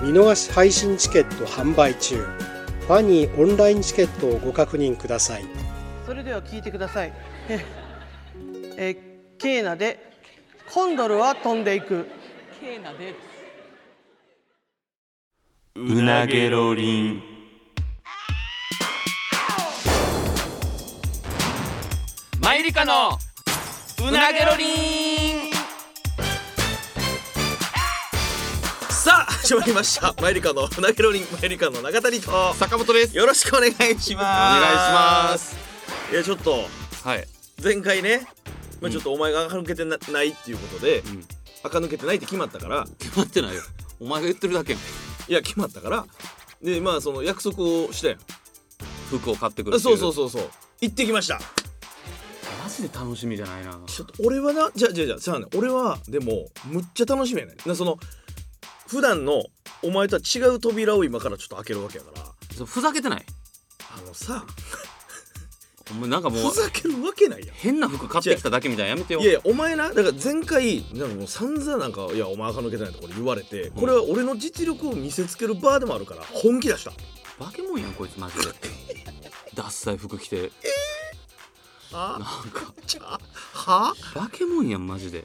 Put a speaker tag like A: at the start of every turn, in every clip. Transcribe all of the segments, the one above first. A: 見逃し配信チケット販売中ファニーオンラインチケットをご確認ください
B: それでは聞いてください。えーえーケーナでコンドルは飛んでいく。
C: ケーナで
D: うなげろりんマイリカのうなげろりん
E: さあ始まりましたマイリカの船ゲロリンマイリカの中谷と
D: 坂本です
E: よろしくお願いしますお
D: 願いします
E: いやちょっと
D: はい
E: 前回ねまあちょっとお前が垢抜けてなないっていうことで、垢抜けてないって決まったから
D: 決まってないよお前が言ってるだけやん
E: いや決まったからでまあその約束をしたやん
D: 服を買ってくる
E: あそうそう
D: う
E: そうそう行ってきました
D: マジで楽しみじゃないな
E: ちょっと俺はなじゃあじゃあじゃあそうやね俺はでもむっちゃ楽しみやねんなその普段のお前とは違う扉を今からちょっと開けるわけやから
D: そうふざけてない
E: あのさ
D: お前なんかもう
E: ふざけるわけないやん
D: 変な服買ってきただけみたいなのやめてよ
E: いやいやお前なだから前回なんかもう散々なんか「いやお前垢抜けてない」とこれ言われて、これは俺の実力を見せつける場でもあるから本気出した
D: バケモンやんこいつマジでダッサい服着て
E: あ
D: なんか
E: ちゃは
D: バケモンやんマジで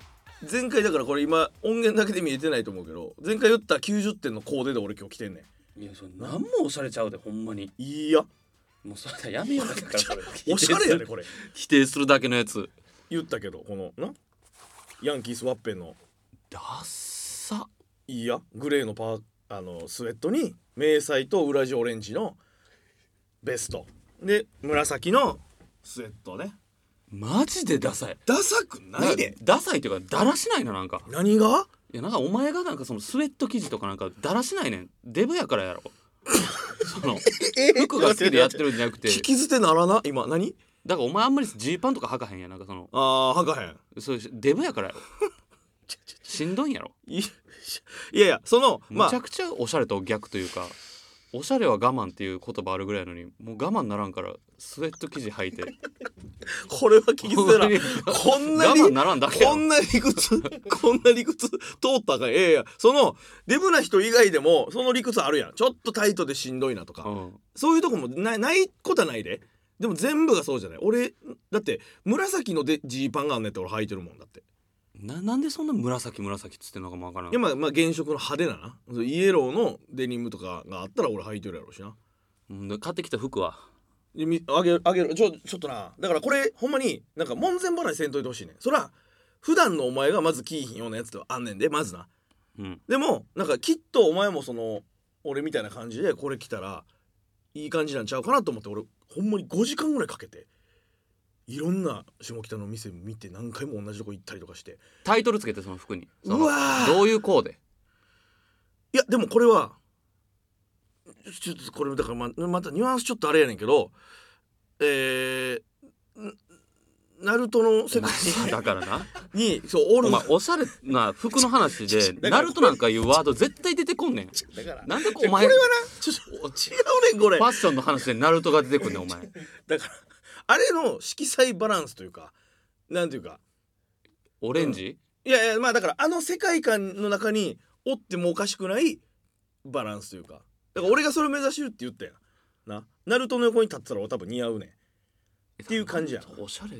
E: 前回だからこれ今音源だけで見えてないと思うけど前回言った90点のコーデで俺今日来てんね
F: いやそれ何もおしゃれちゃうでほんまに
E: んいや
F: もうそれやめようだからそれ
E: おしゃれやねこれ
D: 否定するだけのやつ
E: 言ったけどこのなヤンキースワッペンの
D: ダッサ
E: いやグレーのパーあのスウェットに迷彩と裏地オレンジのベストで紫のスウェットね
D: マジでダサい
E: ダサくないで
D: ダサいっていうかだらしないななんか
E: 何が
D: いやなんかお前がなんかそのスウェット生地とかなんかだらしないねんデブやから やろその服が好きでやってるんじゃなくて
E: 聞き捨てならな今何
D: だからお前あんまりジーパンとか履かへんやんなんかその
E: あーはかへん
D: そういうしデブやからやろしんどいんやろ
E: いいやいやそのま
D: むちゃ
E: あ
D: くちゃおしゃれと逆というかおしゃれは我慢っていう言葉あるぐらいなのにもう我慢ならんからスウェット生地履いて
E: これは聞き 捨てなら こ
D: こ
E: んなに
D: 我慢ならんだけや
E: こ
D: ろ
E: んな理屈こんな理屈通ったらあかんいやいやそのデブな人以外でもその理屈あるやんちょっとタイトでしんどいなとか、
D: うん
E: そういうとこもないないことはないででも全部がそうじゃない俺だって紫のでジーパンがあんねんって俺履いてるもんだって
D: ななんでそんな紫紫っつってんのかもわからん
E: いやまあまあ原色の派手ななそうイエローのデニムとかがあったら俺履いてるやろうしな
D: うん買ってきた服は
E: でみあげるあげるちょちょっとなだからこれほんまになんか門前払いせんといてほしいねんそら普段のお前がまずキーひんようなやつとあんねんでまずな
D: うん
E: でもなんかきっとお前もその俺みたいな感じでこれ着たらいい感じなんちゃうかなと思って俺ほんまに5時間ぐらいかけていろんな下北の店見て何回も同じとこ行ったりとかして
D: タイトルつけてその服にその
E: うわー
D: どういうコーデ
E: いやでもこれはちょっとこれだからままたニュアンスちょっとあれやねんけどえーんナルトの世界
D: だからな
E: にそうオー
D: お
E: ル
D: 前おしゃれな服の話で
E: だから
D: ナルトなんかいうワード絶対出てこんねん
E: だから
D: なんでこ
E: ちょ
D: お前
E: これ
D: フ
E: はなちょっと違うねんこれ
D: ァッションの話でナルトが出てくんねんお前
E: だからあれの色彩バランスというかなんていうか
D: オレンジ
E: いやいやまあだからあの世界観の中におってもおかしくないバランスというかだから俺がそれを目指してるって言ったやんなナルトの横に立ってたら俺多分似合うねんっていう感じや
D: おしゃれ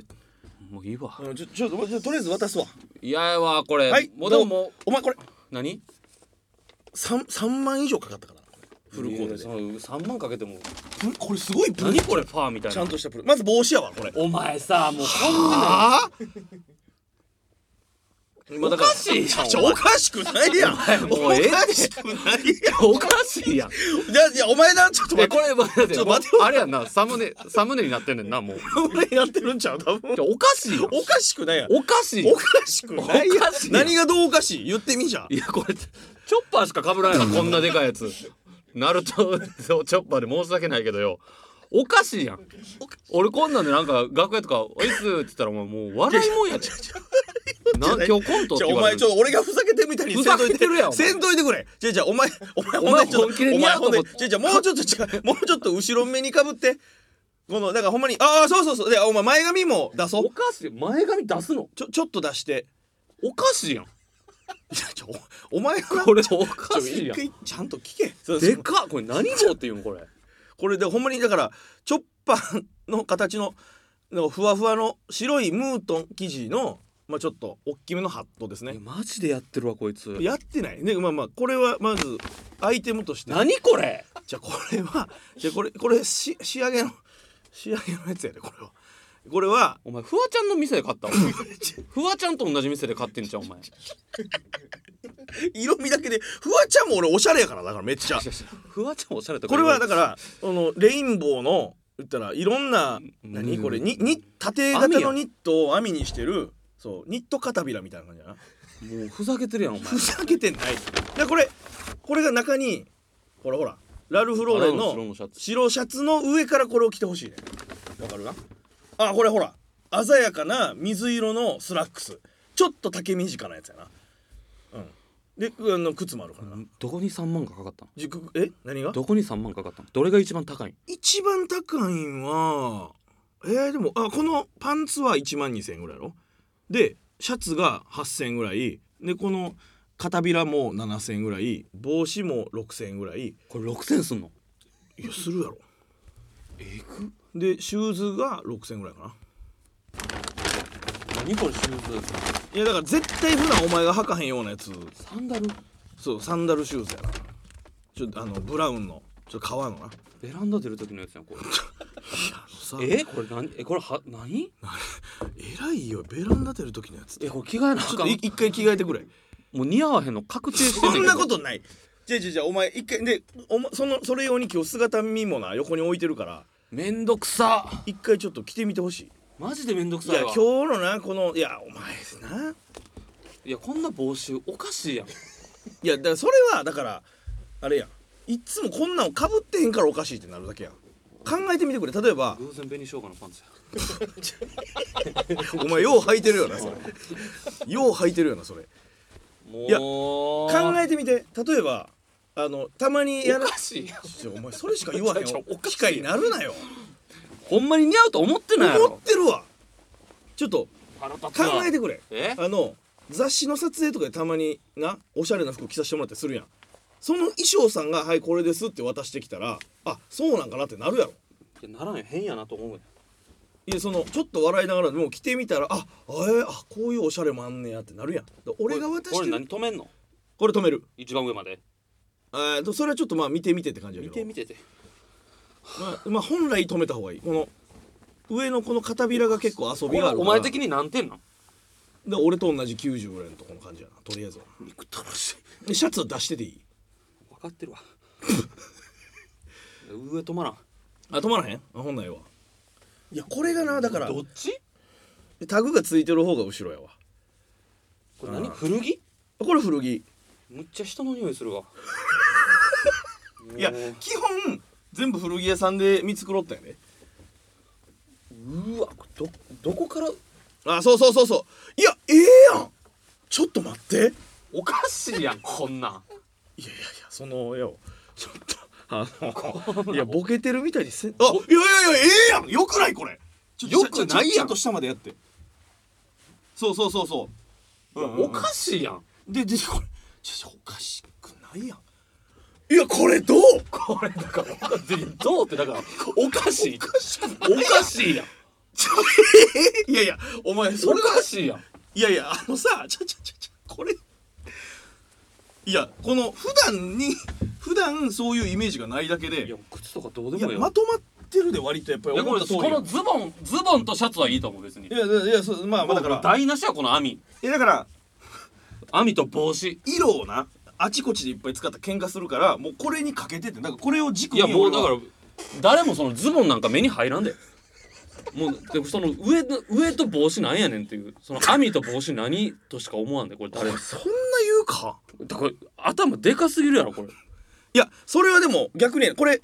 D: もういいわ
E: うん、ちょちょっとちょとりあえず渡すわ
D: いややわこれ
E: はい
D: もうでも
E: どう
D: もう
E: お前これ
D: 何
E: 3, 三万以上かかったからこれフルコーデ
D: いや
E: で
D: その3万かけても
E: プルこれすごいプル
D: 何これファーみたい
E: ちゃ
D: なん
E: としたプルまず帽子やわこれ
D: お前さもうこんな
E: ああおかしいやんおかしくないやんお
D: もうええって
E: かしくないや
D: おかしいやん。
E: んいやいやお前なちょっと待
D: え
E: って
D: これまだ
E: ちょっと待って
D: あれやんなサムネサムネになってんねんなもう。
E: 俺やってるんちゃう多分
D: じゃおかしいよ。
E: おかしくないやん
D: おかしい
E: お
D: よ。
E: かしくないや
D: おかしい
E: ん
D: やん
E: 何がどうおかしい言ってみじゃん
D: いやこれチョッパーしか被らんやろこんなでかいやつ。ナルトとチョッパーで申し訳ないけどよ。おかしいやん。俺こんなんでなんか楽屋とか「おいっす」って言ったらお前もう笑いもんやっちゃう。なん今日コントって
E: じゃあ
D: 言わ
E: お
D: れ
E: 前
D: る
E: ちょっと俺がふざけてるみたいに
D: ふ
E: せ
D: ざ
E: んとい
D: けてるやんお前
E: せんといてくれじゃあじゃあお前お前
D: お前本気で
E: お
D: 似合
E: 前
D: うと
E: ほん
D: 思
E: で
D: っ
E: じゃあじゃあもうちょっと違うもうちょっと後ろ目にかぶってこのだからほんまにああそうそうそうでお前前髪も出そう
D: おかしい前髪出すの
E: ちょちょっと出して
D: おかしいやん
E: いやちょおお前が
D: これお
E: ち
D: か
E: ょ
D: しい
E: 一
D: やん
E: 回ちゃんと聞けそうそう
D: でかっこれ何号っていうのこれ
E: これでほんまにだからチョッパーの形ののふわふわの白いムートン生地のまあちょっと大きめのハットですね
D: マジでやってるわこいつ
E: やってないねまあまあこれはまずアイテムとして
D: 何これ
E: じゃあこれはじゃあこれこれし仕上げの仕上げのやつやでこれはこれは
D: お前フワちゃんの店で買ったお前フワちゃんと同じ店で買ってんじゃんお前
E: 色味だけでフワちゃんも俺おしゃれやからだからめっちゃ
D: フワちゃんおしゃれとか
E: これはだ
D: か
E: からこのレインボーの言ったらいろんな何これにに縦型のニットを網にしてるそうニット肩びらみたいな感じやな
D: らもうふざけてるやんお前
E: ふざけてないでこれこれが中にほらほらラルフ・ローレン
D: あ
E: の
D: シャツ
E: 白シャツの上からこれを着てほしいねわかるなあこれほら鮮やかな水色のスラックスちょっと丈短なやつやなうんであの靴もあるからな、
D: どこに3万かかかったの
E: じくえ何が
D: どこに3万かかったのどれが一番高い
E: 一番高いんはえー、でもあこのパンツは1万2,000円ぐらいやろでシャツが8,000円ぐらいでこの肩びらも7,000円ぐらい帽子も6,000円ぐらい
D: これ6000すんの
E: いやするやろえくでシューズが6,000円ぐらいかな
D: 何これシューズ
E: いやだから絶対普段お前が履かへんようなやつ
D: サンダル
E: そうサンダルシューズやなちょっとあのブラウンのちょっと革のな
D: ベランダ出る時のやつやんこれ
E: さ
D: えこれ何えこれは何
E: えらいよベランダ出る時のやつち
D: えこれ着替えなあ
E: ょっ
D: か
E: と
D: ん
E: い一回着替えてくれ
D: もう似合わへんの確定してん
E: そ
D: ね
E: ん
D: けど
E: なことないじゃあじゃあじゃあお前一回でお、ま、そのそれ用に今日姿見もな横に置いてるから
D: めんどくさ
E: 一回ちょっと着てみてほしい
D: マジでめんどく
E: い
D: さ
E: や
D: いわ
E: 今日のなこのいやお前ない
D: やこんな帽子おかしいやん
E: いやだからそれはだからあれやんいっつもこんなんをかぶってへんからおかしいってなるだけやん考えてみてくれ例えば
D: 偶然紅生姜のパンツや
E: お前よう履いてるよな それよう履いてるよなそれいや
D: もう
E: 考えてみて例えばあのたまにや
D: お
E: ら
D: かしいやん
E: ちょお前それしか言わへん
D: ちょ
E: よ
D: ちょおかしい
E: 機械になるなよ
D: ほんまに似合うと思ってないや
E: 思
D: ろ
E: ってるわちょっと
D: 腹立つ
E: 考
D: わ
E: えてくれ
D: え
E: あの雑誌の撮影とかでたまになおしゃれな服着させてもらってするやんその衣装さんが「はいこれです」って渡してきたらあそうなんかなってなるやろ
D: いやならんよ変やなと思うやん
E: いやそのちょっと笑いながらでも着てみたらああえあこういうおしゃれもあんねやってなるやんだ俺が渡
D: こ
E: し
D: れ
E: て
D: 何
E: る
D: 止めんの
E: これ止める
D: 一番上まで
E: えーとそれはちょっとまあ見てみてって感じや
D: 見
E: けど
D: て見てて
E: まあ、まあ本来止めた方がいいこの上のこの肩びらが結構遊
D: こ
E: び
D: れ
E: がある
D: お
E: から
D: 前的に何点なん
E: で俺と同じ90ぐらいのとこの感じやなとりあえずは
D: 憎たらしい
E: でシャツは出してていい
D: 分かってるわ上止まらん
E: あ止まらへんあ本来はいやこれがなだから
D: どっち
E: タグがついてる方が後ろやわ
D: これ何古着
E: これ古着
D: むっちゃ人の匂いするわ
E: いや
D: もう
E: 基本全部古着屋さんで見繕ったよね
D: うわこれどどこから
E: あそうそうそうそういやええやんちょっと待っていやいやいや
D: おかしいやんこんなん
E: そのよちょっとあのいやボケてるみたいにせんあいやいやいやええやんよくないこれちょ
D: よくないやん
E: ちょちょちょっと下までやってそうそうそうそう、うんうんうん
D: おかしいやん
E: ででこれちょちょおかしくないやんいやこれどう
D: これだからおかしいどうってだ からおかしいおかしいやん
E: ちょいやいやお前そ
D: お
E: れが
D: かしいやん
E: いやいやあのさちょちょちょちょこれいやこの普段に普段そういうイメージがないだけで
D: い
E: い
D: や
E: や
D: 靴とかどうでもいいやん
E: まとまってるで割とやっぱ
D: い
E: り
D: やこ
E: 思っ
D: れ
E: た
D: こ
E: 通り
D: の
E: よ
D: ズボンズボンとシャツはいいと思う別に
E: いやいやいやそうまあまあだか
D: もう
E: ら
D: 台無しやこの網
E: えだから
D: 網と帽子
E: 色をなあちこちでいっぱい使った喧嘩するからもうこれにかけててなんかこれを軸
D: い
E: に
D: やもう
E: 俺
D: だ
E: は
D: から誰もそのズボンなんか目に入らんでもうでもその上の上と帽子なんやねんっていうその網と帽子何としか思わんでこれ誰も
E: そんな言うか
D: だから頭でかすぎるやろこれ
E: いやそれはでも逆にこれ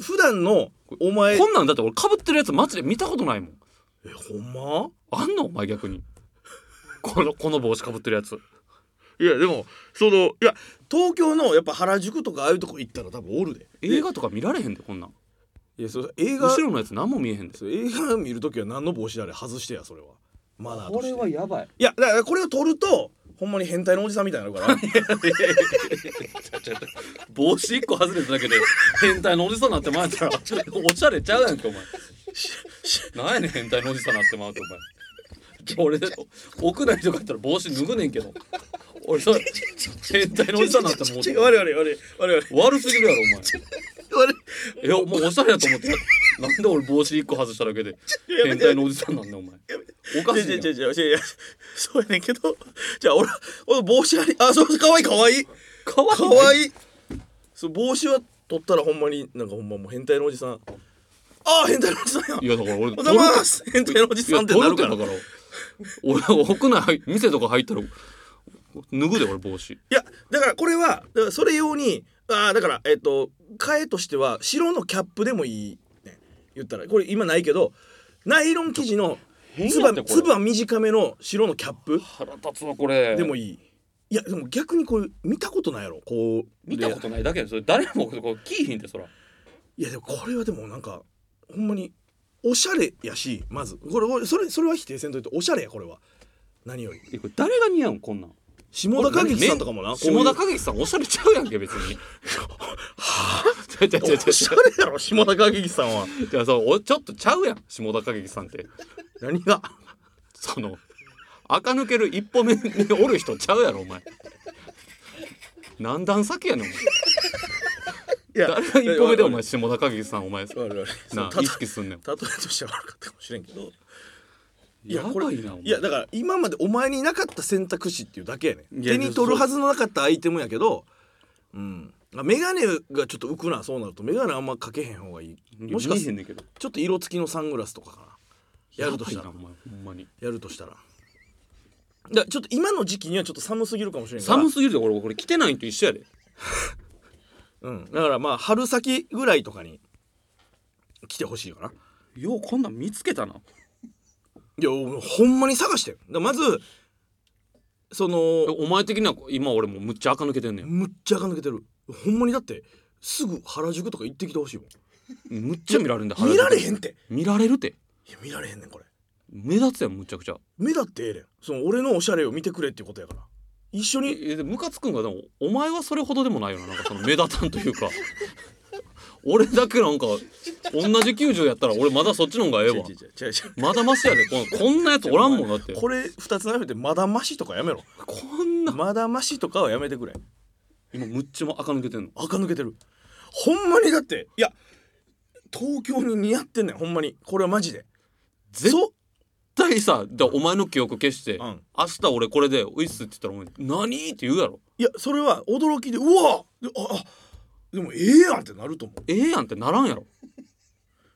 E: 普段のお前
D: こんなんだって俺かぶってるやつ街で見たことないもん
E: えほんま
D: あんのお前逆にこのこの帽子かぶってるやつ
E: いやでもそのいや東京のやっぱ原宿とかああいうとこ行ったら多分おるで
D: 映画とか見られへんでこんなん
E: いやそれ映画
D: 後ろのやつ何も見えへんで
E: それ映画見るときは何の帽子であれ外してやそれはマナーとして
F: やばい
E: いやだからこれを取るとほんまに変態のおじさんみたいになるから
D: 帽子一個外れただけで変態のおじさんになってまうやったらちょっとおしゃれちゃうやんけお前なんやねん変態のおじさんになってまうってお前俺屋内とかやったら帽子脱ぐねんけど俺それ変態のおじさんになっても
E: ちょ悪い悪い悪い悪い悪いう
D: 悪すぎるやろ
E: 悪い
D: お前いやもうおしゃれやと思ってなんで俺帽子一個外しただけで変態のおじさんなんねんお前おかしい
E: 違
D: や
E: うん違う違う違う違うそうやねんけどじゃあ俺俺帽子ありあそうかわいいかわいい
D: かわ
E: かわいいそう帽子は取ったらほんまになんかほんまもう変態のおじさんああ変態のおじさんや
D: いやだから俺
E: おはようございます変態のおじさんってなるから
D: いや取るってだから俺屋内店とか入ったら脱ぐで俺帽子
E: いやだからこれはだからそれ用にああだからえっ、と替えとしては白のキャップでもいい、ね、言ったらこれ今ないけどナイロン生地の
D: 変
E: つ
D: や
E: ば
D: ってこれ
E: つば短めの白のキャップ
D: 腹立つわこれ
E: でもいいいやでも逆にこれ見たことないやろこう
D: 見たことないだけでそれ誰もこう聞いひんてそら
E: いやでもこれはでもなんかほんまにおしゃれやしまずこれこれそれそれは否定せんといておしゃれやこれは何より
D: えこれ誰が似合うんこんなん
E: 下田景樹さんとかもな
D: ね
E: こういう
D: 下田景樹さんおしゃれちゃうやんけ別にちゃうちゃうちゃうち
E: おしゃ
D: ゃ
E: れやろ下田景樹さんは
D: ういやそうおちょっとちゃうやん下田景樹さんって
E: 何が
D: その垢抜ける一歩目におる人ちゃうやろお前何段先やねんお前
E: いや
D: 誰が一歩目でお前下田景樹さんお前
E: 悪い悪い
D: な
E: そ
D: 意
E: の
D: 識すんねん
E: 例えとしては悪かったかもしれんけどい
D: や
E: やこ
D: ば
E: れ
D: いなお前
E: いやだから今までお前になかった選択肢っていうだけやねん
D: いや
E: 手に取るはずのなかったアイテムやけどうんあ眼鏡がちょっと浮くなそうなると眼鏡あんまかけへん方がいいもしか
D: 見
E: し
D: えへ
E: て
D: んねんけど
E: ちょっと色付きのサングラスとかかなやるとした
D: や
E: ら
D: ばいなお前ほんまに
E: やるとしたらだからちょっと今の時期にはちょっと寒すぎるかもしれんから
D: 寒すぎるで俺これ着てないんと一緒やで
E: うんだからまあ春先ぐらいとかに来てほしいかな
D: ようこんなん見つけたない
E: や俺ほんまに探してんだからまずその
D: お前的には今俺もうむっちゃ垢抜けてんねん
E: むっちゃ垢抜けてるほんまにだってすぐ原宿とか行ってきてほしいもん
D: むっちゃ見られるんだ
E: 見られ
D: ん
E: へんって
D: 見られるって
E: いや見られへんねんこれ
D: 目立つやんむちゃくちゃ
E: 目立ってええねんその俺のおしゃれを見てくれっていうことやから一緒に
D: えでムカつくんがでもお前はそれほどでもないよななんかその目立たんというか 俺だけなんか同じ90やったら俺まだそっちの方がええ
E: 違う
D: わ
E: 違う違う違う
D: まだマシやでこんこんなやつおらんもんだって
E: これ二つ並べてまだましとかやめろ
D: こんな
E: まだましとかはやめてくれ
D: 今むっちゃも垢抜けてんの
E: 垢抜けてるほんまにだっていや東京に似合ってんねんほんまにこれはマジで
D: 絶
E: そう
D: 対さだからお前の記憶消して、
E: うん
D: 明日俺これで「ウイッス」って言ったら「お前何?」って言うやろ
E: いやそれは驚きでうわでああでもええやんってなると思う
D: ええやんってならんやろ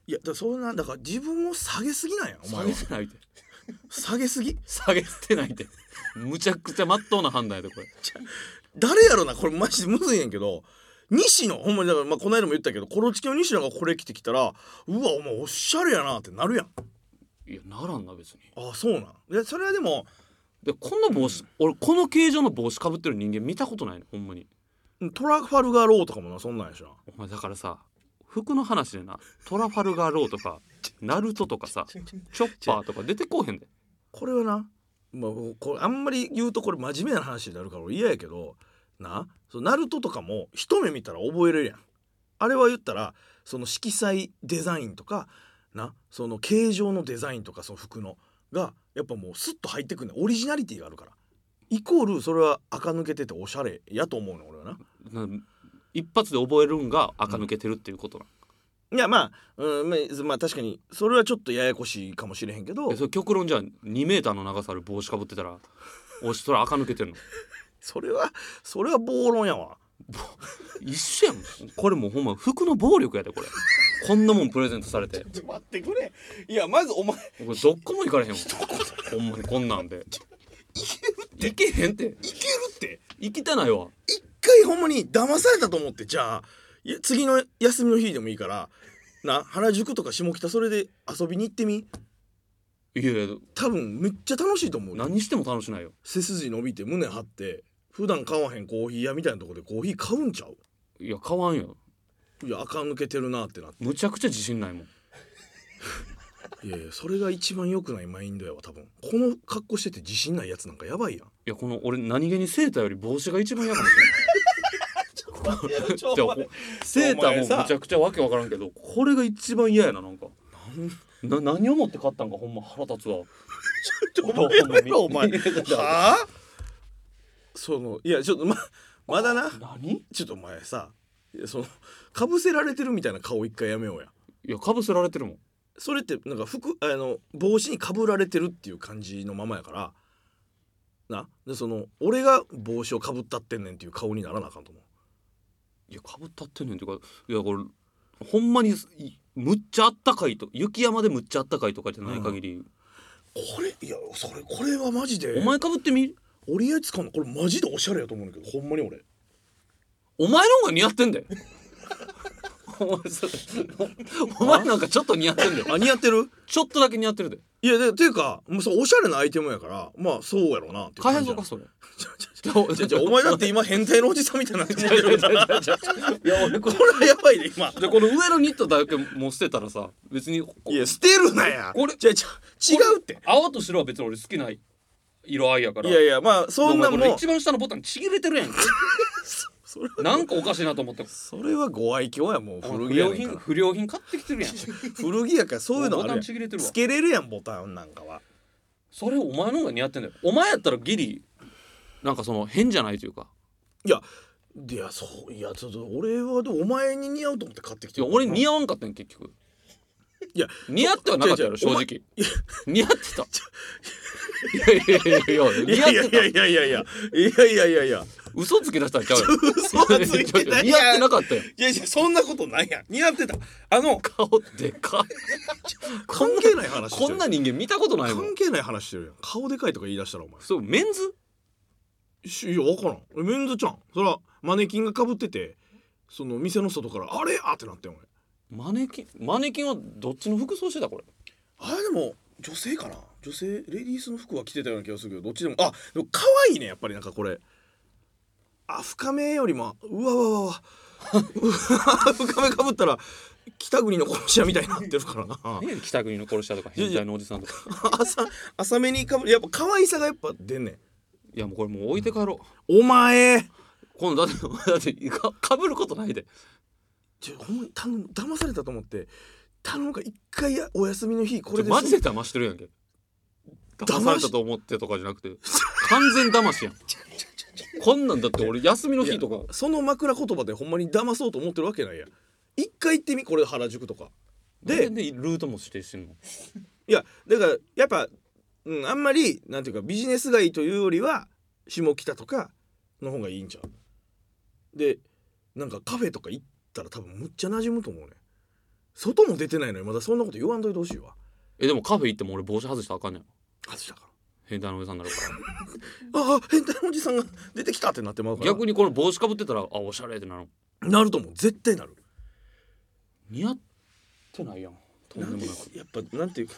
E: いやだからそんなだから自分を下げすぎなんやお
D: 下
E: 前
D: げ
E: は
D: てないで
E: 下げすぎ
D: 下げてないでむちゃくちゃ真っ当な判断やでこれ
E: 誰やろなこれマジでむずいねんけど西野ほんまにだから、まあ、この間も言ったけどコロチキの西野がこれ着てきたらうわお前おしゃれやなってなるやん
D: いやならんな別に
E: あそうなんいやそれはでも
D: でこの帽子、俺この形状の帽子かぶってる人間見たことないのほんまに
E: トラファルガーローとかもなそんなんやしな
D: お前だからさ服の話でなトラファルガーローとかナルトとかさチョッパーとか出てこうへんで
E: これはな、まあ、これあんまり言うとこれ真面目な話になるから俺嫌やけどなそのナルトとかも一目見たら覚えれるやんあれは言ったらその色彩デザインとかなその形状のデザインとかその服のがやっぱもうスッと入ってくるねんオリジナリティがあるからイコールそれは垢抜けてておしゃれやと思うの俺はな
D: な一発で覚えるんが垢抜けてるっていうことな、
E: いやまあ、うんまあ、まあ確かにそれはちょっとややこしいかもしれへんけど
D: えそれ極論じゃあ2メーターの長さある帽子かぶってたらおしそれ垢抜けてんの
E: それはそれは暴論やわ
D: 一緒やんこれもうほんま服の暴力やでこれこんなもんプレゼントされて
E: 待ってくれいやまずお前
D: 僕どっこも行かれへんわほんまにこんなんで行けへんって
E: いけるって
D: 行きたないわ
E: 一回ほんまに騙されたと思ってじゃあいや次の休みの日でもいいからな原宿とか下北それで遊びに行ってみ
D: いやいや
E: 多分めっちゃ楽しいと思うよ
D: 何しても楽しないよ
E: 背筋伸びて胸張って普段買わへんコーヒー屋みたいなとこでコーヒー買うんちゃう
D: いや買わんよ
E: いや垢抜けてるなってなって
D: むちゃくちゃ自信ないもん
E: いやいやそれが一番良くないマインドやわ多分この格好してて自信ないやつなんかやばいやん
D: いやこの俺何気にセーターより帽子が一番嫌かもし れないセーターもむちゃくちゃわけわからんけどこれが一番嫌やななんかな何を持って買ったんかほんま腹立つわ
E: お前やめろお前
D: いやだから
E: はあそのいやちょっとままだな
D: 何
E: ちょっとお前さいやそのかぶせられてるみたいな顔一回やめようや
D: いやかぶせられてるもん
E: それってなんか服あの帽子にかぶられてるっていう感じのままやからなでその俺が帽子をかぶったってんねんっていう顔にならなあかんと思う
D: いやかぶったってんねんっていうかいやこれほんまにいむっちゃあったかいと雪山でむっちゃあったかいとかじゃない限り、
E: これいやそれこれはマジで
D: お前かぶってみ
E: 折り合いつかんのこれマジでおしゃれやと思うんだけどほんまに俺
D: お前の方が似合ってんだよお前それお前なんかちょっと似合ってんだよ
E: あ似合ってる
D: ちょっとだけ似合ってるで
E: いやでていうかもうさおしゃれなアイテムやからまあそうやろうなっていう
D: 開発
E: 感じや
D: かそれ
E: じゃあじゃあお前だって今変態のおじさんみたいになってるから
D: いや俺こ
E: こ
D: れ
E: れはやばいで今
D: じゃあこの上のニットだけもう捨てたらさ別にこ
E: いや捨てるなや
D: これ
E: じゃあじゃあ違うって
D: 青と白は別に俺好きな色合いやから
E: いやいやまあそんな
D: お前
E: も
D: これ
E: ん
D: 一番下のボタンちぎれてるやんけ
E: それ
D: なんかおかしいなと思って
E: それはご愛嬌やもう古
D: 不
E: 着や
D: 良
E: ねんか
D: 品
E: ら
D: 不良品買ってきてるやん
E: 古着やからそういうのあ
D: ボタン
E: る
D: ちぎ
E: や
D: れて
E: ん
D: るわ
E: つけれるやんボタンなんかは
D: それお前の方が似合ってんだよ お前やったらギリなんかその変じゃないというか
E: いやいやそういやちょっと俺はでもお前に似合うと思って買ってき
D: い
E: て
D: や
E: る
D: 俺似合わんかったん結局
E: いや
D: 似合ってはなかったやろ
E: 違う違
D: 正
E: う
D: 直似合ってたいやいやいやい
E: い
D: や
E: やい
D: 似合
E: や
D: って
E: い
D: た
E: やいやいやいやいやいやいやいや
D: 嘘つき出したらちゃうよ
E: 嘘はついてない
D: 似合ってなかったよ
E: いやいやそんなことないやん似合ってたあの
D: 顔でかい
E: 関係ない話してる
D: こんな人間見たことないもん
E: 関係ない話してるやん顔でかいとか言い出したらお前
D: そうメンズ
E: しいや分からんえメンズちゃんそらマネキンがかぶっててその店の外からあれやってなってん俺
D: マネキンマネキンはどっちの服装してたこれ
E: あでも女性かな女性レディースの服は着てたような気がするけどどっちでもあでも可愛いねやっぱりなんかこれあ深めよりもうわわわ わうわ深めかぶったら北国の殺し屋みたいになってるからな
D: ね北国の殺し屋とか変態のおじさんとか
E: 浅浅めにかぶやっぱ可愛さがやっぱ出んねん
D: いやもうこれもう置いて帰ろう
E: お前
D: 今度だってだってかかぶることないで
E: ちょほんまに頼む騙されたと思って頼むから一回やお休みの日こ
D: ち
E: れ
D: ょ
E: で
D: マジで騙してるやんけ騙されたと思ってとかじゃなくて完全騙しやんこんなんだって俺休みの日とか
E: その枕言葉でほんまに騙そうと思ってるわけないやん一回行ってみこれ原宿とか
D: で
E: で
D: でルートも指定してんの
E: いやだからやっぱ、うん、あんまりなんていうかビジネス街というよりは下北とかの方がいいんちゃうでなんかカフェとか行ったら多分むっちゃ馴染むと思うね外も出てないのにまだそんなこと言わんといてほしいわ
D: えでもカフェ行っても俺帽子外したらあかんねん
E: 外したから
D: 変態のおじさんになるから
E: ああ変態のおじさんが出てきたってなってまうから
D: 逆にこの帽子かぶってたらあおしゃれってなる
E: なると思う絶対なる
D: 似合ってないやんとんでもなくも
E: やっぱなんていうか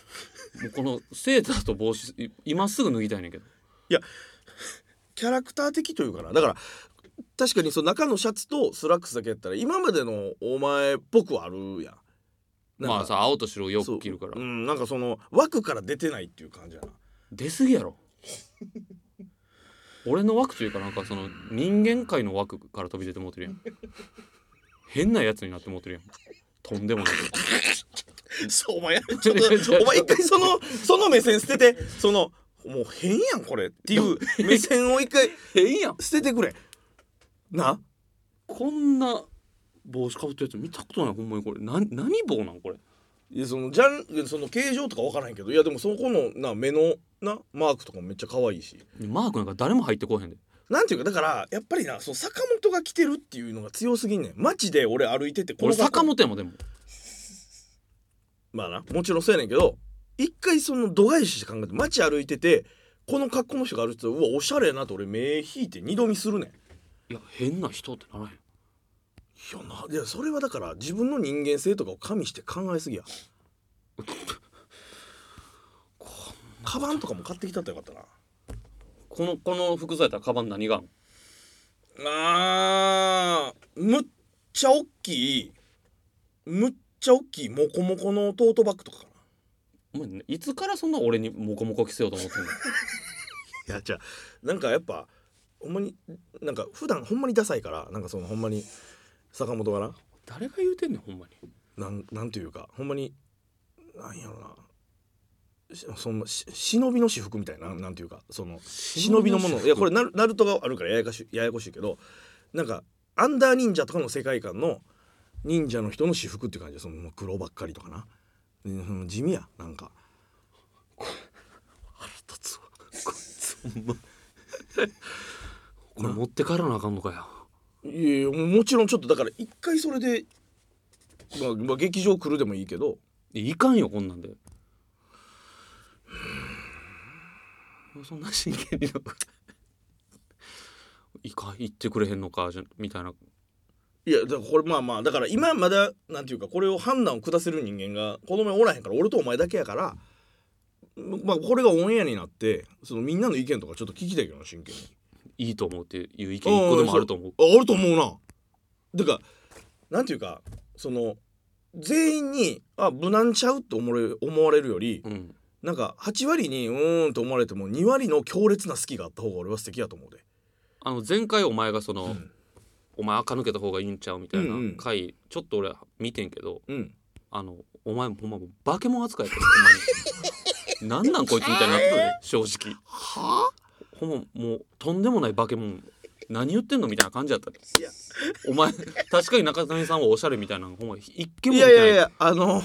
D: うこのセーターと帽子い今すぐ脱ぎたいねんけど
E: キャラクター的というかなだから確かにその中のシャツとスラックスだけやったら今までのお前っぽくはあるやんなんか
D: まあさ青と白をよ
E: そう
D: く着るから
E: うんなんかその枠から出てないっていう感じやな
D: 出過ぎやろ俺の枠というかなんかその人間界の枠から飛び出てもうてるやん変なやつになってもうてるやんとんでもない
E: そうお前ち ょっとお前一回そのその目線捨ててそのもう変やんこれっ ていう目線を一回
D: 変やん
E: 捨ててくれな
D: こんな帽子かぶったやつ見たことないほんまにこれな何帽なんこれ
E: いやそのジャンルその形状とかわからへんけどいやでもそこのな目のなマークとかもめっちゃ可愛いし
D: マークなんか誰も入ってこうへんで
E: なんていうかだからやっぱりなそう坂本が来てるっていうのが強すぎんねん街で俺歩いててこの
D: 俺坂本やもんでも
E: まあなもちろんそうやねんけど一回その度外視して考えて街歩いててこの格好の人が歩いてたらうわおしゃれやなと俺目引いて二度見するねん
D: いや変な人ってならへん
E: いやないやそれはだから自分の人間性とかを加味して考えすぎやカバンとかも買ってきたったらよかったな
D: このこの服装やったらカバン何があんの
E: あーむっちゃ大きいむっちゃ大きいモコモコのトートバッグとかか
D: お前いつからそんな俺にモコモコ着せようと思ってんの
E: ないやじゃあなんかやっぱほんまになんか普段ほんまにダサいからなんかそのほんまに坂本がな
D: 誰が言うてんねんほんまに
E: なんなんていうかほんまになんやろなしそんなし忍びの私服みたいななんていうかその忍びのものいやこれナルナルトがあるからややかしややこしいけどなんかアンダー忍者とかの世界観の忍者の人の私服っていう感じでそのもう黒ばっかりとかな、うん、地味やなんか
D: 立つわこいつほんまこれ持って帰らなあかんのかよ
E: いやいやもちろんちょっとだから一回それで、まあまあ、劇場来るでもいいけど
D: いかんよこんなんで そんな真剣にの いかん言ってくれへんのかじゃみたいない
E: やだからこれまあまあだから今まだなんていうかこれを判断を下せる人間がこの前おらへんから俺とお前だけやからまあこれがオンエアになってそのみんなの意見とかちょっと聞きたいけどな真剣に。
D: いいと思うっていう意見一個でもあると思う
E: ああると思うな。てかなんていうかその全員にあ無難ちゃうって思われ思われるより
D: うん
E: なんか8割にうーんと思われても2割の強烈な好きがあった方が俺は素敵やと思うで。
D: あの前回お前がその、
E: うん
D: お前垢抜けた方がいいんちゃうみたいな
E: うんうん
D: 回、ちょっと俺見てんけど
E: うん、
D: あのお前もほんまもう化け物扱いやったよほん まになんなんこいつみたいになってたで正直
E: は
D: ほんまもうとんでもない化け物何言ってんのみたいな感じやったで
E: いや
D: お前確かに中谷さんはおしゃれみたいなのほんま一見も
E: い
D: 見て
E: や
D: ない
E: いやいやあの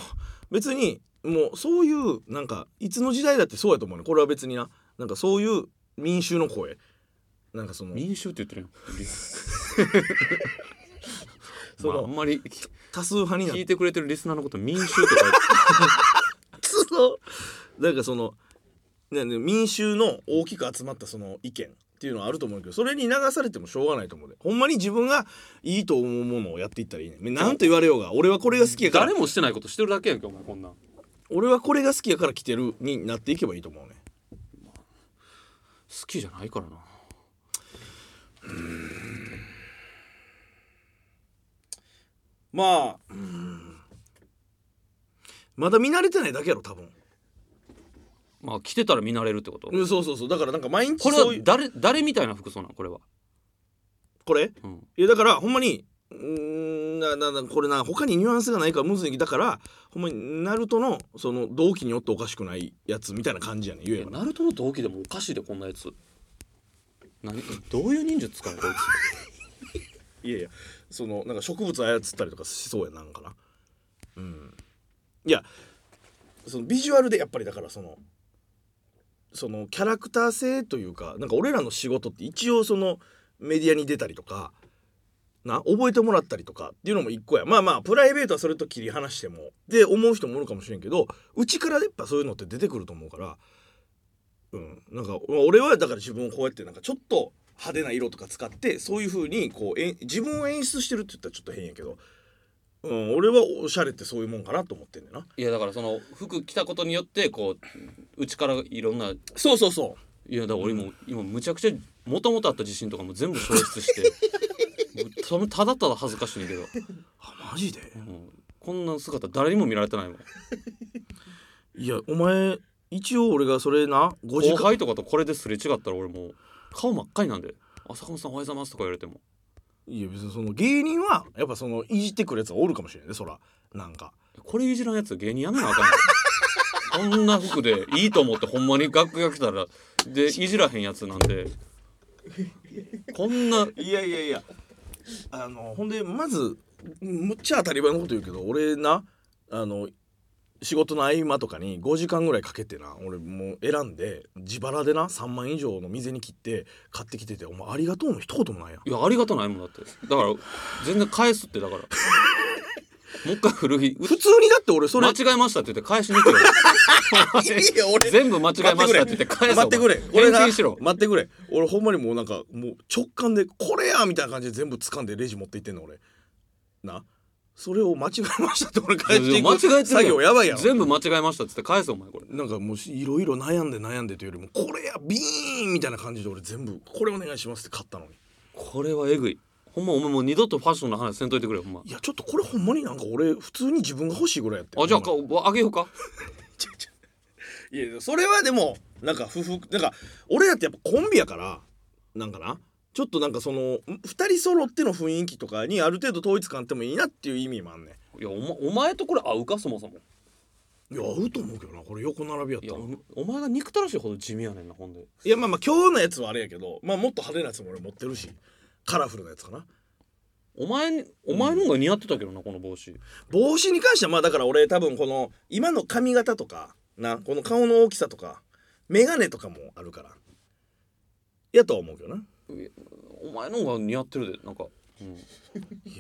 E: 別にもうそういうなんかいつの時代だってそうやと思うねこれは別にななんかそういう民衆の声なんかその
D: 民衆って言ってる
E: そ
D: よまあ
E: の
D: あんまり
E: 多数派になっ
D: 聞
E: て
D: いてくれてるリスナーのこと民衆とか言って
E: そのなんかそのねね民衆の大きく集まったその意見っていうのはあると思うけどそれに流されてもしょうがないと思うでほんまに自分がいいと思うものをやっていったらいいねんなんと言われようが俺はこれが好きやから
D: 誰もしてないことしてるだけやんけお前こんなん
E: 俺はこれが好きやから来てるになっていけばいいと思うね
D: 好きじゃないからな
E: まあまだ見慣れてないだけやろ多分
D: まあ着てたら見慣れるってこと、
E: うん、そうそうそうだからなんか毎日
D: これは
E: そういう
D: 誰誰みたいな服装なんこれは、
E: これ
D: うん、
E: いやだからほんまにうーんなななこれな他にニュアンスがないからむずいだからほんまにナルトのその同期によっておかしくないやつみたいな感じやねん言
D: い
E: え
D: や
E: ばな
D: ナルトの同期でもおかしいでこんなやつ何どういう忍術使うのこいつ
E: いやいやそのなんか植物操ったりとかしそうやんなんかなうんいやそのビジュアルでやっぱりだからそのそのキャラクター性というかなんか俺らの仕事って一応そのメディアに出たりとかな覚えてもらったりとかっていうのも一個やまあまあプライベートはそれと切り離してもで思う人もおるかもしれんけどうちからやっぱそういうのって出てくると思うからうん、なんかまあ俺はだから自分をこうやってなんかちょっと派手な色とか使ってそういう風にこうえん自分を演出してるって言ったらちょっと変やけど、うん、俺はおしゃれってそういうもんかなと思ってんだよない
D: やだからその服着たことによってこううちからいろんない
E: そうそうそ
D: やだから俺も、今むちゃくちゃもともとあった自信とかも全部消失して もうそのただただ恥ずかしいねんけど、
E: うマジで
D: うんこんな姿誰にも見られてないもん
E: いやお前一応俺がそれな5時
D: 後
E: 間
D: 輩とかとこれですれ違ったら俺もう顔真っ赤になんで「あ坂本さんおはようございます」とか言われても
E: いや別にその芸人はやっぱそのいじってくるやつはおるかもしれないねそらなんか
D: これいじらんやつ芸人やめなあかんよこんな服でいいと思ってほんまに楽屋来たらでいじらへんやつなんでこんない
E: やいやいやあのほんでまずむっちゃ当たり前のこと言うけど俺なあの仕事の合間とかに5時間ぐらいかけてな俺もう選んで自腹でな3万円以上の店に切って買ってきててお前ありがとうの一言もないやん
D: いやありがたないもんだってだから全然返すってだからもう一回古着う
E: 普通にだって俺それ
D: 間違えましたって言って返しに行けよ
E: いや俺
D: 全部間違えましたって言って返せ
E: 待ってくれ
D: お前
E: 俺な
D: 返信しろ
E: 待ってくれ俺ほんまにもうなんかもう直感でこれやみたいな感じで全部掴んでレジ持って行ってんの俺なそれを間違えましたって俺返してい
D: 間違えてるや
E: く
D: ん
E: 作業やばいやん
D: 全部間違えましたって言って返すお前これ
E: なんかもういろいろ悩んで悩んでというよりもこれやビーンみたいな感じで俺全部これお願いしますって買ったのに
D: これはえぐいほんまお前もう二度とファッションの話せんといてくれよほんま
E: いやちょっとこれほんまになんか俺普通に自分が欲しいぐらいやって
D: あじゃあ
E: ほん
D: か
E: まに
D: あげようか
E: いやいやそれはでもなんか夫婦なんか俺らってやっぱコンビやからなんかなちょっとなんかそのん二人揃っての雰囲気とかにある程度統一感あってもいいなっていう意味もあんね
D: いやお,、ま、お前とこれ合うかそもそも
E: んいや合うと思うけどなこれ横並びやっ
D: いや
E: たら
D: おお前が憎たらしいほど地味やねんなほんで
E: いやまあまあ今日のやつはあれやけどまあもっと派手なやつも俺持ってるしカラフルなやつかな
D: お前にお前の方が似合ってたけどなこの帽子
E: 帽子に関してはまあだから俺多分この今の髪型とかなこの顔の大きさとか眼鏡とかもあるからやとは思うけどな
D: お前の方が似合ってるでなんか、うん、
E: い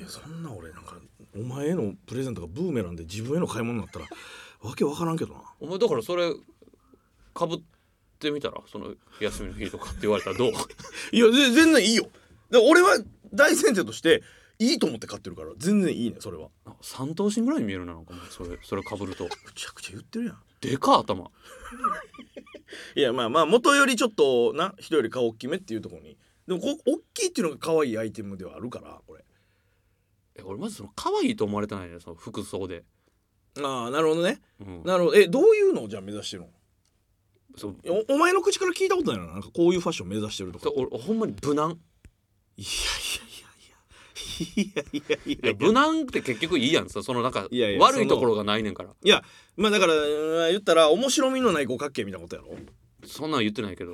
E: やそんな俺なんかお前へのプレゼントがブーメランで自分への買い物になったらわけわからんけどな
D: お前だからそれかぶってみたらその休みの日とかって言われたらどう
E: いやぜ全然いいよで俺は大前提としていいと思って買ってるから全然いいねそれは
D: なんか三頭身ぐらいに見えるななんかもうそれそれかぶると
E: むちゃくちゃ言ってるやん
D: でか頭
E: いやまあまあ元よりちょっとな人より顔大きめっていうところにでもこ大きいっていうのが可愛いアイテムではあるから俺
D: え俺まずその可愛いと思われてないねその服装で、
E: ああなるほどね
D: うん、
E: なるほどえどういうのをじゃあ目指してるの
D: そう
E: いやおお前の口から聞いたことないななんかこういうファッション目指してるとか
D: そう俺ほんまに無難
E: いやいやいやいやいやいやい
D: い
E: や
D: や無難って結局いいやんさそのなんか
E: いやいや
D: 悪いところがないねんから
E: いやまあだからうん言ったら面白みのない五角形みたいなことやろ
D: そんなん言ってないけど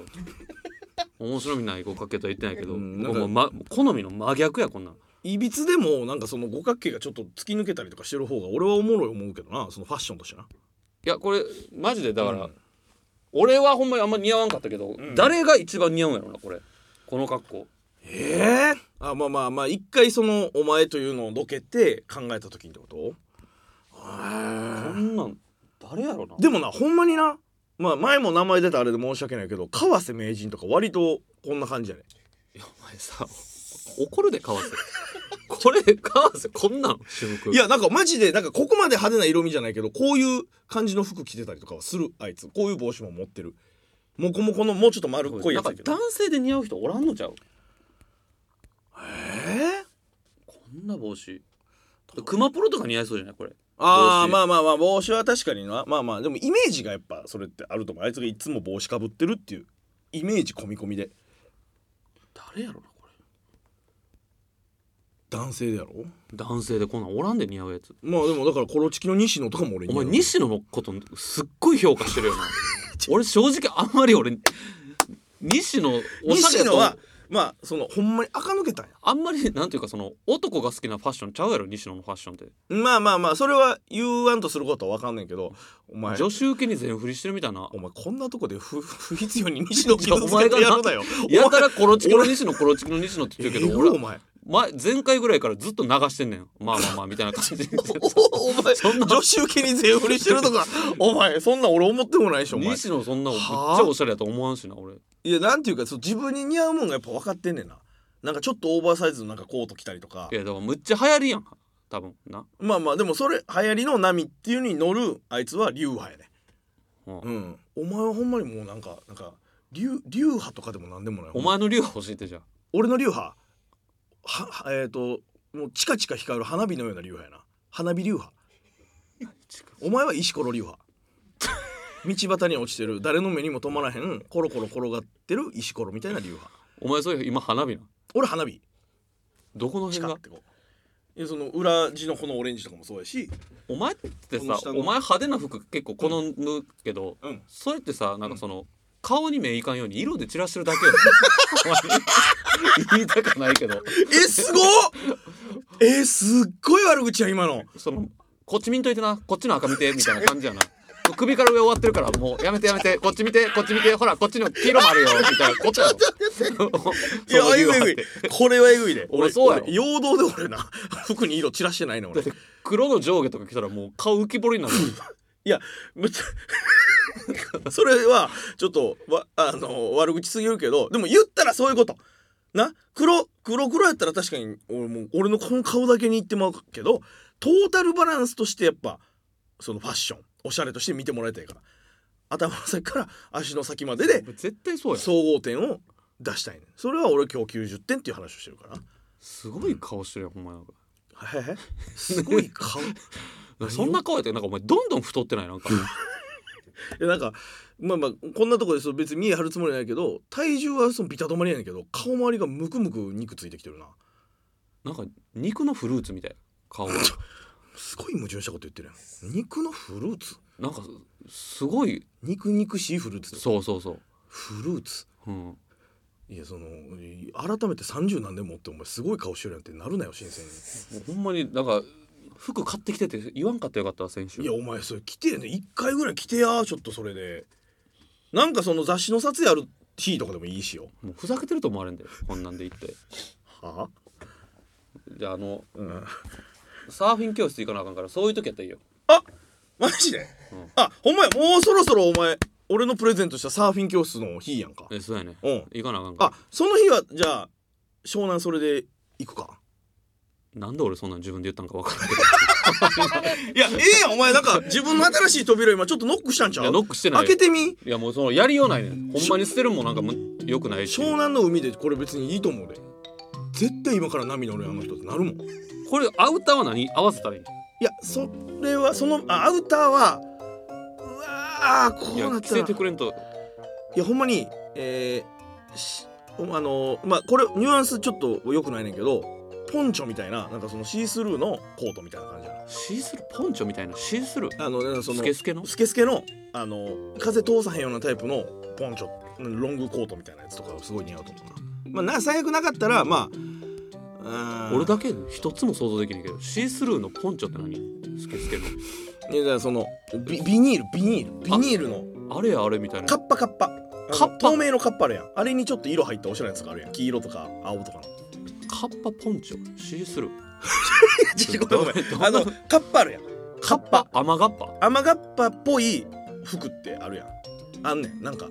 D: 面白みない五角形とは言ってないけど、
E: うんな
D: も
E: んか
D: うま、好みの真逆やこんなん
E: いびつでもなんかその五角形がちょっと突き抜けたりとかしてる方が俺はおもろい思うけどなそのファッションとしてない
D: やこれマジでだから、
E: うん
D: 俺はほんまにあんま似合わんかったけど、
E: ん
D: 誰が一番似合うんやろなこれこの格好
E: ええあまあまあまあ一回そのお前というのをどけて考えた時にってこと
D: こんなん誰やろな
E: でもなほんまになまあ前も名前出たあれで申し訳ないけど川瀬名人とか割とこんな感じやね
D: いやお前さ怒るで川瀬これ川瀬こんなん私服
E: いやなんかマジでなんかここまで派手な色味じゃないけどこういう感じの服着てたりとかはするあいつこういう帽子も持ってるもこもこのもうちょっと丸っこい
D: な
E: や
D: ん
E: つ
D: か
E: やけど
D: 男性で似合う人おらんのちゃう
E: えー
D: こんな帽子熊プロとか似合いそうじゃないこれ
E: あ
D: 帽
E: あ
D: 子
E: まあまあまあ帽子は確かになまあまあでもイメージがやっぱそれってあると思うあいつがいつも帽子かぶってるっていうイメージ込み込みで
D: 誰やろなこれ
E: 男性でやろ
D: 男性でこんなんおらんで似合うやつ
E: まあでもだからコロチキの西野とかも俺
D: お
E: に
D: 前西野のことすっごい評価してるよ な俺正直あんまり俺西野おしゃれ
E: 西
D: や
E: 野
D: と
E: はまあそのほんまに垢抜けたんや
D: あんまりなんていうかその男が好きなファッションちゃうやろ西野のファッションって
E: まあまあまあそれは言わんとすることは分かんねんけどお前
D: 女子受けに全振りしてるみたいな
E: お前こんなとこで不 不必要に西野を
D: いや
E: 傷つけてやろうだよ
D: やたらコロチキの西野コロチキの西野って言ってるけど
E: 俺お
D: 俺
E: 前
D: 前前回ぐらいからずっと流してんねんまあまあまあみたいな感 じで
E: お前女子受けに全振りしてるとか お前そんな俺思ってもないでしょお前
D: 西野そんなめっち
E: は
D: ゃ
E: あ
D: おしゃれやと思わんしな俺
E: いやなんていうかそう自分に似合うもんがやっぱ分かってんねんななんかちょっとオーバーサイズのなんかコート着たりとか
D: いやだからむっちゃ流行りやん多分な
E: まあまあでもそれ流行りの波っていうのに乗るあいつは流派やね
D: うん
E: うんお前はほんまにもうなんかなんか流流派とかでもなんでもない
D: お前の竜が欲しいってじゃあ
E: 俺の流派ははえっ、ともうチカチカ光る花火のような流派やな花火流 派お前は石ころ流派道端に落ちてる誰の目にも止まらへんコロコロ転がってる石ころみたいな流派
D: お前そういう今花火な
E: 俺花火
D: どこの
E: チ
D: 辺
E: カ
D: が
E: ってこういやその裏地のこのオレンジとかもそうやし
D: お前って
E: こ
D: さ
E: の下
D: お
E: の
D: 前派手な服結構好むけど、
E: うん
D: それってさなんかその、顔に目いかんように色で散らしてるだけよお前言いたくないけど
E: えすごっえすっごい悪口や今の
D: そのこっち見んといてなこっちの赤見てみたいな感じやなもう首から上終わってるからもうやめてやめてこっち見てこっち見てほらこっちの黄色もあるよみたいなこっちやろ
E: いや
D: その理由はあっ
E: えぐ
D: て
E: いえぐいこれはえぐいで
D: 俺そうやろ
E: 俺陽動で俺な 服に色散らしてないの
D: だ
E: 俺
D: って黒の上下とか着たらもう顔浮き彫りになる
E: いやむつ それはちょっとわあの悪口すぎるけどでも言ったらそういうことな黒黒黒やったら確かに俺もう俺のこの顔だけに言ってまうけどトータルバランスとしてやっぱそのファッションおしゃれとして見てもらいたいから頭の先から足の先までで
D: 絶対そうやん
E: 総合点を出したいねんそれは俺今日90点っていう話をしてるから
D: すごい顔してるやんほんまなんか
E: へえすごい顔何を
D: そんな顔やってなんかお前どんどん太ってないなんか
E: いやなんかまあまあこんなとこでそう別に見え張るつもりないけど体重はそのビタ止まりやねんけど顔周りがムクムク肉ついてきてるな
D: なんか肉のフルーツみたいな 顔が
E: すごい矛盾したこと言ってるやん肉のフルーツ
D: なんかすごい
E: 肉肉しいフルーツ
D: そうそうそう
E: フルーツ
D: うん
E: いやそのい改めて30何年もってお前すごい顔してるやんってなるなよ新鮮
D: もうほんまになんか服買ってきてて言わんかったらよかったわ先週
E: にいやお前それ来てね1回ぐらい来てやちょっとそれでなんかその雑誌の撮影ある日とかでもいいしよ
D: もうふざけてると思われんでこんなんで行って
E: は
D: じゃああの
E: あ、うん
D: サーフィン教室行かなあかんからそういう時やったらいいよ
E: あマジで、あほんまやもうそろそろお前俺のプレゼントしたサーフィン教室の日やんか
D: えそうやね
E: うん
D: 行かなあかんから
E: あその日はじゃあ湘南それで行くか
D: なんで俺そんなん自分で言ったんか分からんけど
E: いやええやんお前なんか自分の新しい扉今ちょっとノックしたんちゃう
D: いやノックしてないよ
E: 開けてみ
D: いやもうそのやりようないねんほんまに捨てるもんなんかもよくないし
E: 湘南の海でこれ別にいいと思うで絶対今から波乗るやんあの人ってなるもんい
D: これアウターは何合わせたらいい
E: やそれはそのあアウターはうわーこ
D: いうや
E: なっ
D: 着
E: たら
D: せてくれんと
E: いやほんまにえー、しあのまあこれニュアンスちょっと良くないねんけどポンチョみたいななんかそのシースルーのコートみたいな感じやな
D: シースルーポンチョみたいなシースルー
E: あのなんかその
D: スケスケの
E: スケスケのあの風通さへんようなタイプのポンチョロングコートみたいなやつとかすごい似合うと思うな,、まあ、な最悪なかったらまあうーん
D: 俺だけ一つも想像できないけどシースルーのポンチョって何スケスケの
E: いやだからそのビビニールビニールビニールの
D: あれやあれみたいな
E: カッパカッパあの
D: カッパ
E: 透明のカッパあるやんあれにちょっと色入ったおしゃれなやつがあるやん黄色とか青とかの
D: カッパポンチョシースルー
E: ちょごめんごめんあのカッパあるやんカッパ
D: アマガッパ
E: 雨がっぱっぽい服ってあるやんあんねんなんか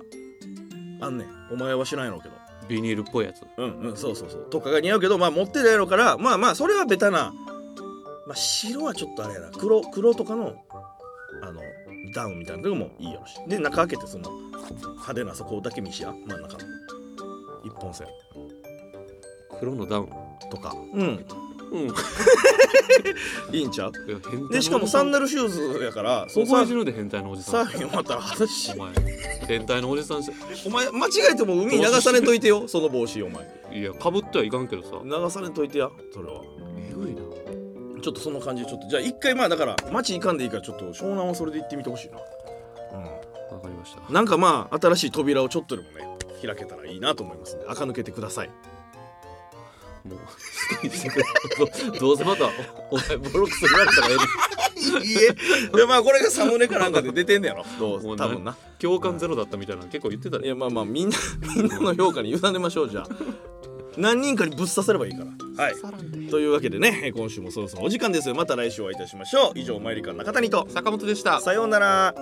E: あんねんお前は知らんやろうけど
D: ビニールっぽいやつ
E: うんうんそうそうそうとかが似合うけどまあ持ってるやろからまあまあそれはベタな、まあ、白はちょっとあれやな黒黒とかのあのダウンみたいなのもいいやろしで中開けてその派手なそこだけ見しや真ん中の一本線
D: 黒のダウン
E: とかうん
D: うんいや
E: いいんちゃう
D: 変態の
E: でしかもサンダルシューズやからそ
D: そ
E: の
D: こ
E: サ
D: いじるで変態のおじ
E: サ
D: さ
E: ー
D: ん
E: フィン終わったら裸足
D: お前変態のおじさんし
E: お前間違えても海に流されといてよその帽子お前
D: いやかぶってはいかんけどさ
E: 流されといてやそれは
D: えぐいな
E: ちょっとその感じでちょっとじゃあ一回まあだから街行かんでいいからちょっと湘南はそれで行ってみてほしいな
D: わかりました
E: うんなんかまあ新しい扉をちょっとでもね開けたらいいなと思いますね垢抜けてください
D: もう好きにしてくれどどうせ またおお前ボロクソ言われたらええ
E: いえ でまあこれがサムネかなんかで出てんねやろど
D: もう
E: う
D: な
E: 多分な
D: の共感ゼロだったみたいなの結構言ってた
E: い
D: で
E: やまあまあみんな みんなの評価に委ねましょうじゃあ何人かにぶっ刺さればいいからはいというわけでねえ今週もそろそろお時間ですまた来週お会いいたしましょう以上マイリカの中谷と
D: 坂本でした
E: さようなら